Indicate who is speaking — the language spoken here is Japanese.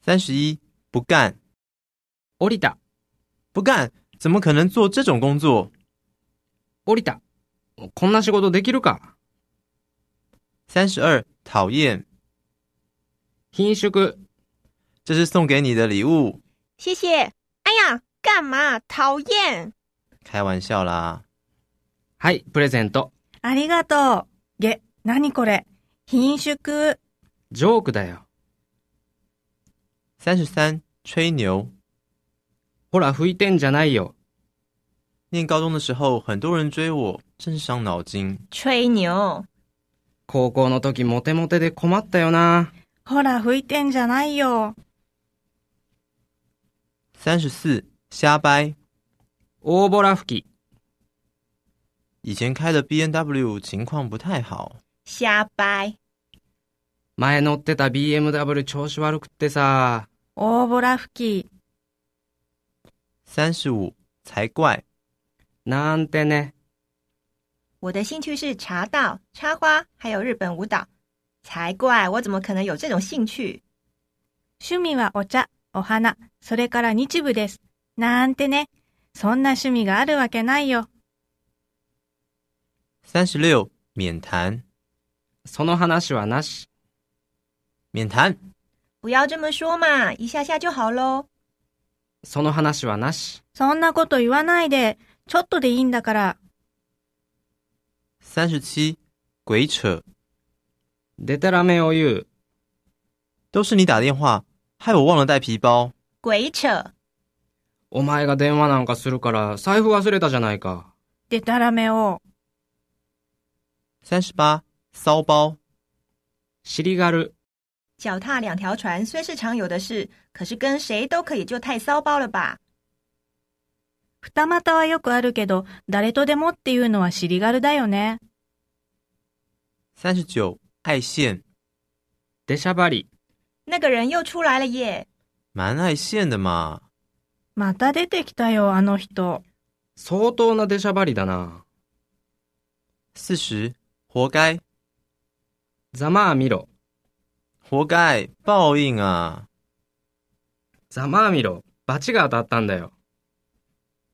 Speaker 1: 三十一，不干，
Speaker 2: 降りた、
Speaker 1: 不干，怎么可能做这种工作？
Speaker 2: 降りた。こんな仕事できるか。
Speaker 1: 三十二，讨厌，
Speaker 2: 貧縮、
Speaker 1: 这是送给你的礼物。
Speaker 3: 谢谢。哎呀，干嘛？讨厌！
Speaker 1: 开玩笑啦，
Speaker 2: はい、プレゼント。
Speaker 4: ありがとう。げ、なにこれ。品縮。
Speaker 2: ジョークだよ。
Speaker 1: 三十三，吹牛。
Speaker 2: ほら、吹いてんじゃないよ。
Speaker 1: 念高中的时候，很多人追我，真是伤脑筋。
Speaker 3: 吹牛！
Speaker 2: 高校の時モテモテで困ったよな。
Speaker 4: ほら、吹いてんじゃないよ。
Speaker 1: 三十四，瞎掰。
Speaker 2: 大ボラ吹き、
Speaker 1: 以前开的 B N W 情况不太好，
Speaker 3: 瞎掰！
Speaker 2: 前乗ってた BMW 調子悪くってさ。
Speaker 4: 大ボラ吹き。
Speaker 1: 三十五才怪。
Speaker 2: なんてね。
Speaker 3: 我的兴趣是茶道、插花，还有日本舞蹈。才怪！我怎么可能有这种兴趣？
Speaker 4: 趣味はお茶、お花、それから日舞です。なんてね。そんな趣味があるわけないよ。
Speaker 1: 三十六免谈，
Speaker 2: その話はなし。
Speaker 1: 免谈。
Speaker 3: 不要这么说嘛，一下下就好喽。
Speaker 2: その話はなし。
Speaker 4: そんなこと言わないで、ちょっとでいいんだから。
Speaker 1: 三十七鬼扯，
Speaker 2: でたらめを言う。
Speaker 1: 都是你打电话，害我忘了带皮包。
Speaker 3: 鬼扯！
Speaker 2: お前が電話なんかするから財布忘れたじゃないか。
Speaker 4: でたらめを。
Speaker 1: 三十八骚包，
Speaker 2: 尻がる。
Speaker 3: 脚踏两条船虽是常有的事，可是跟谁都可以，就太骚包了吧？
Speaker 4: 二股はよくあるけど、誰とでもっていうのは尻軽だよね。
Speaker 1: 三十九爱现，
Speaker 2: 出しゃばり。
Speaker 3: 那个人又出来了耶！
Speaker 1: 蛮爱现的嘛。
Speaker 4: また出てきたよ、あの人。
Speaker 2: 相当な出しゃばりだな。
Speaker 1: 四十活该，
Speaker 2: ざまあ見ろ。
Speaker 1: 活该，报应啊！
Speaker 2: ざまあ見ろ。バチが当たったんだよ。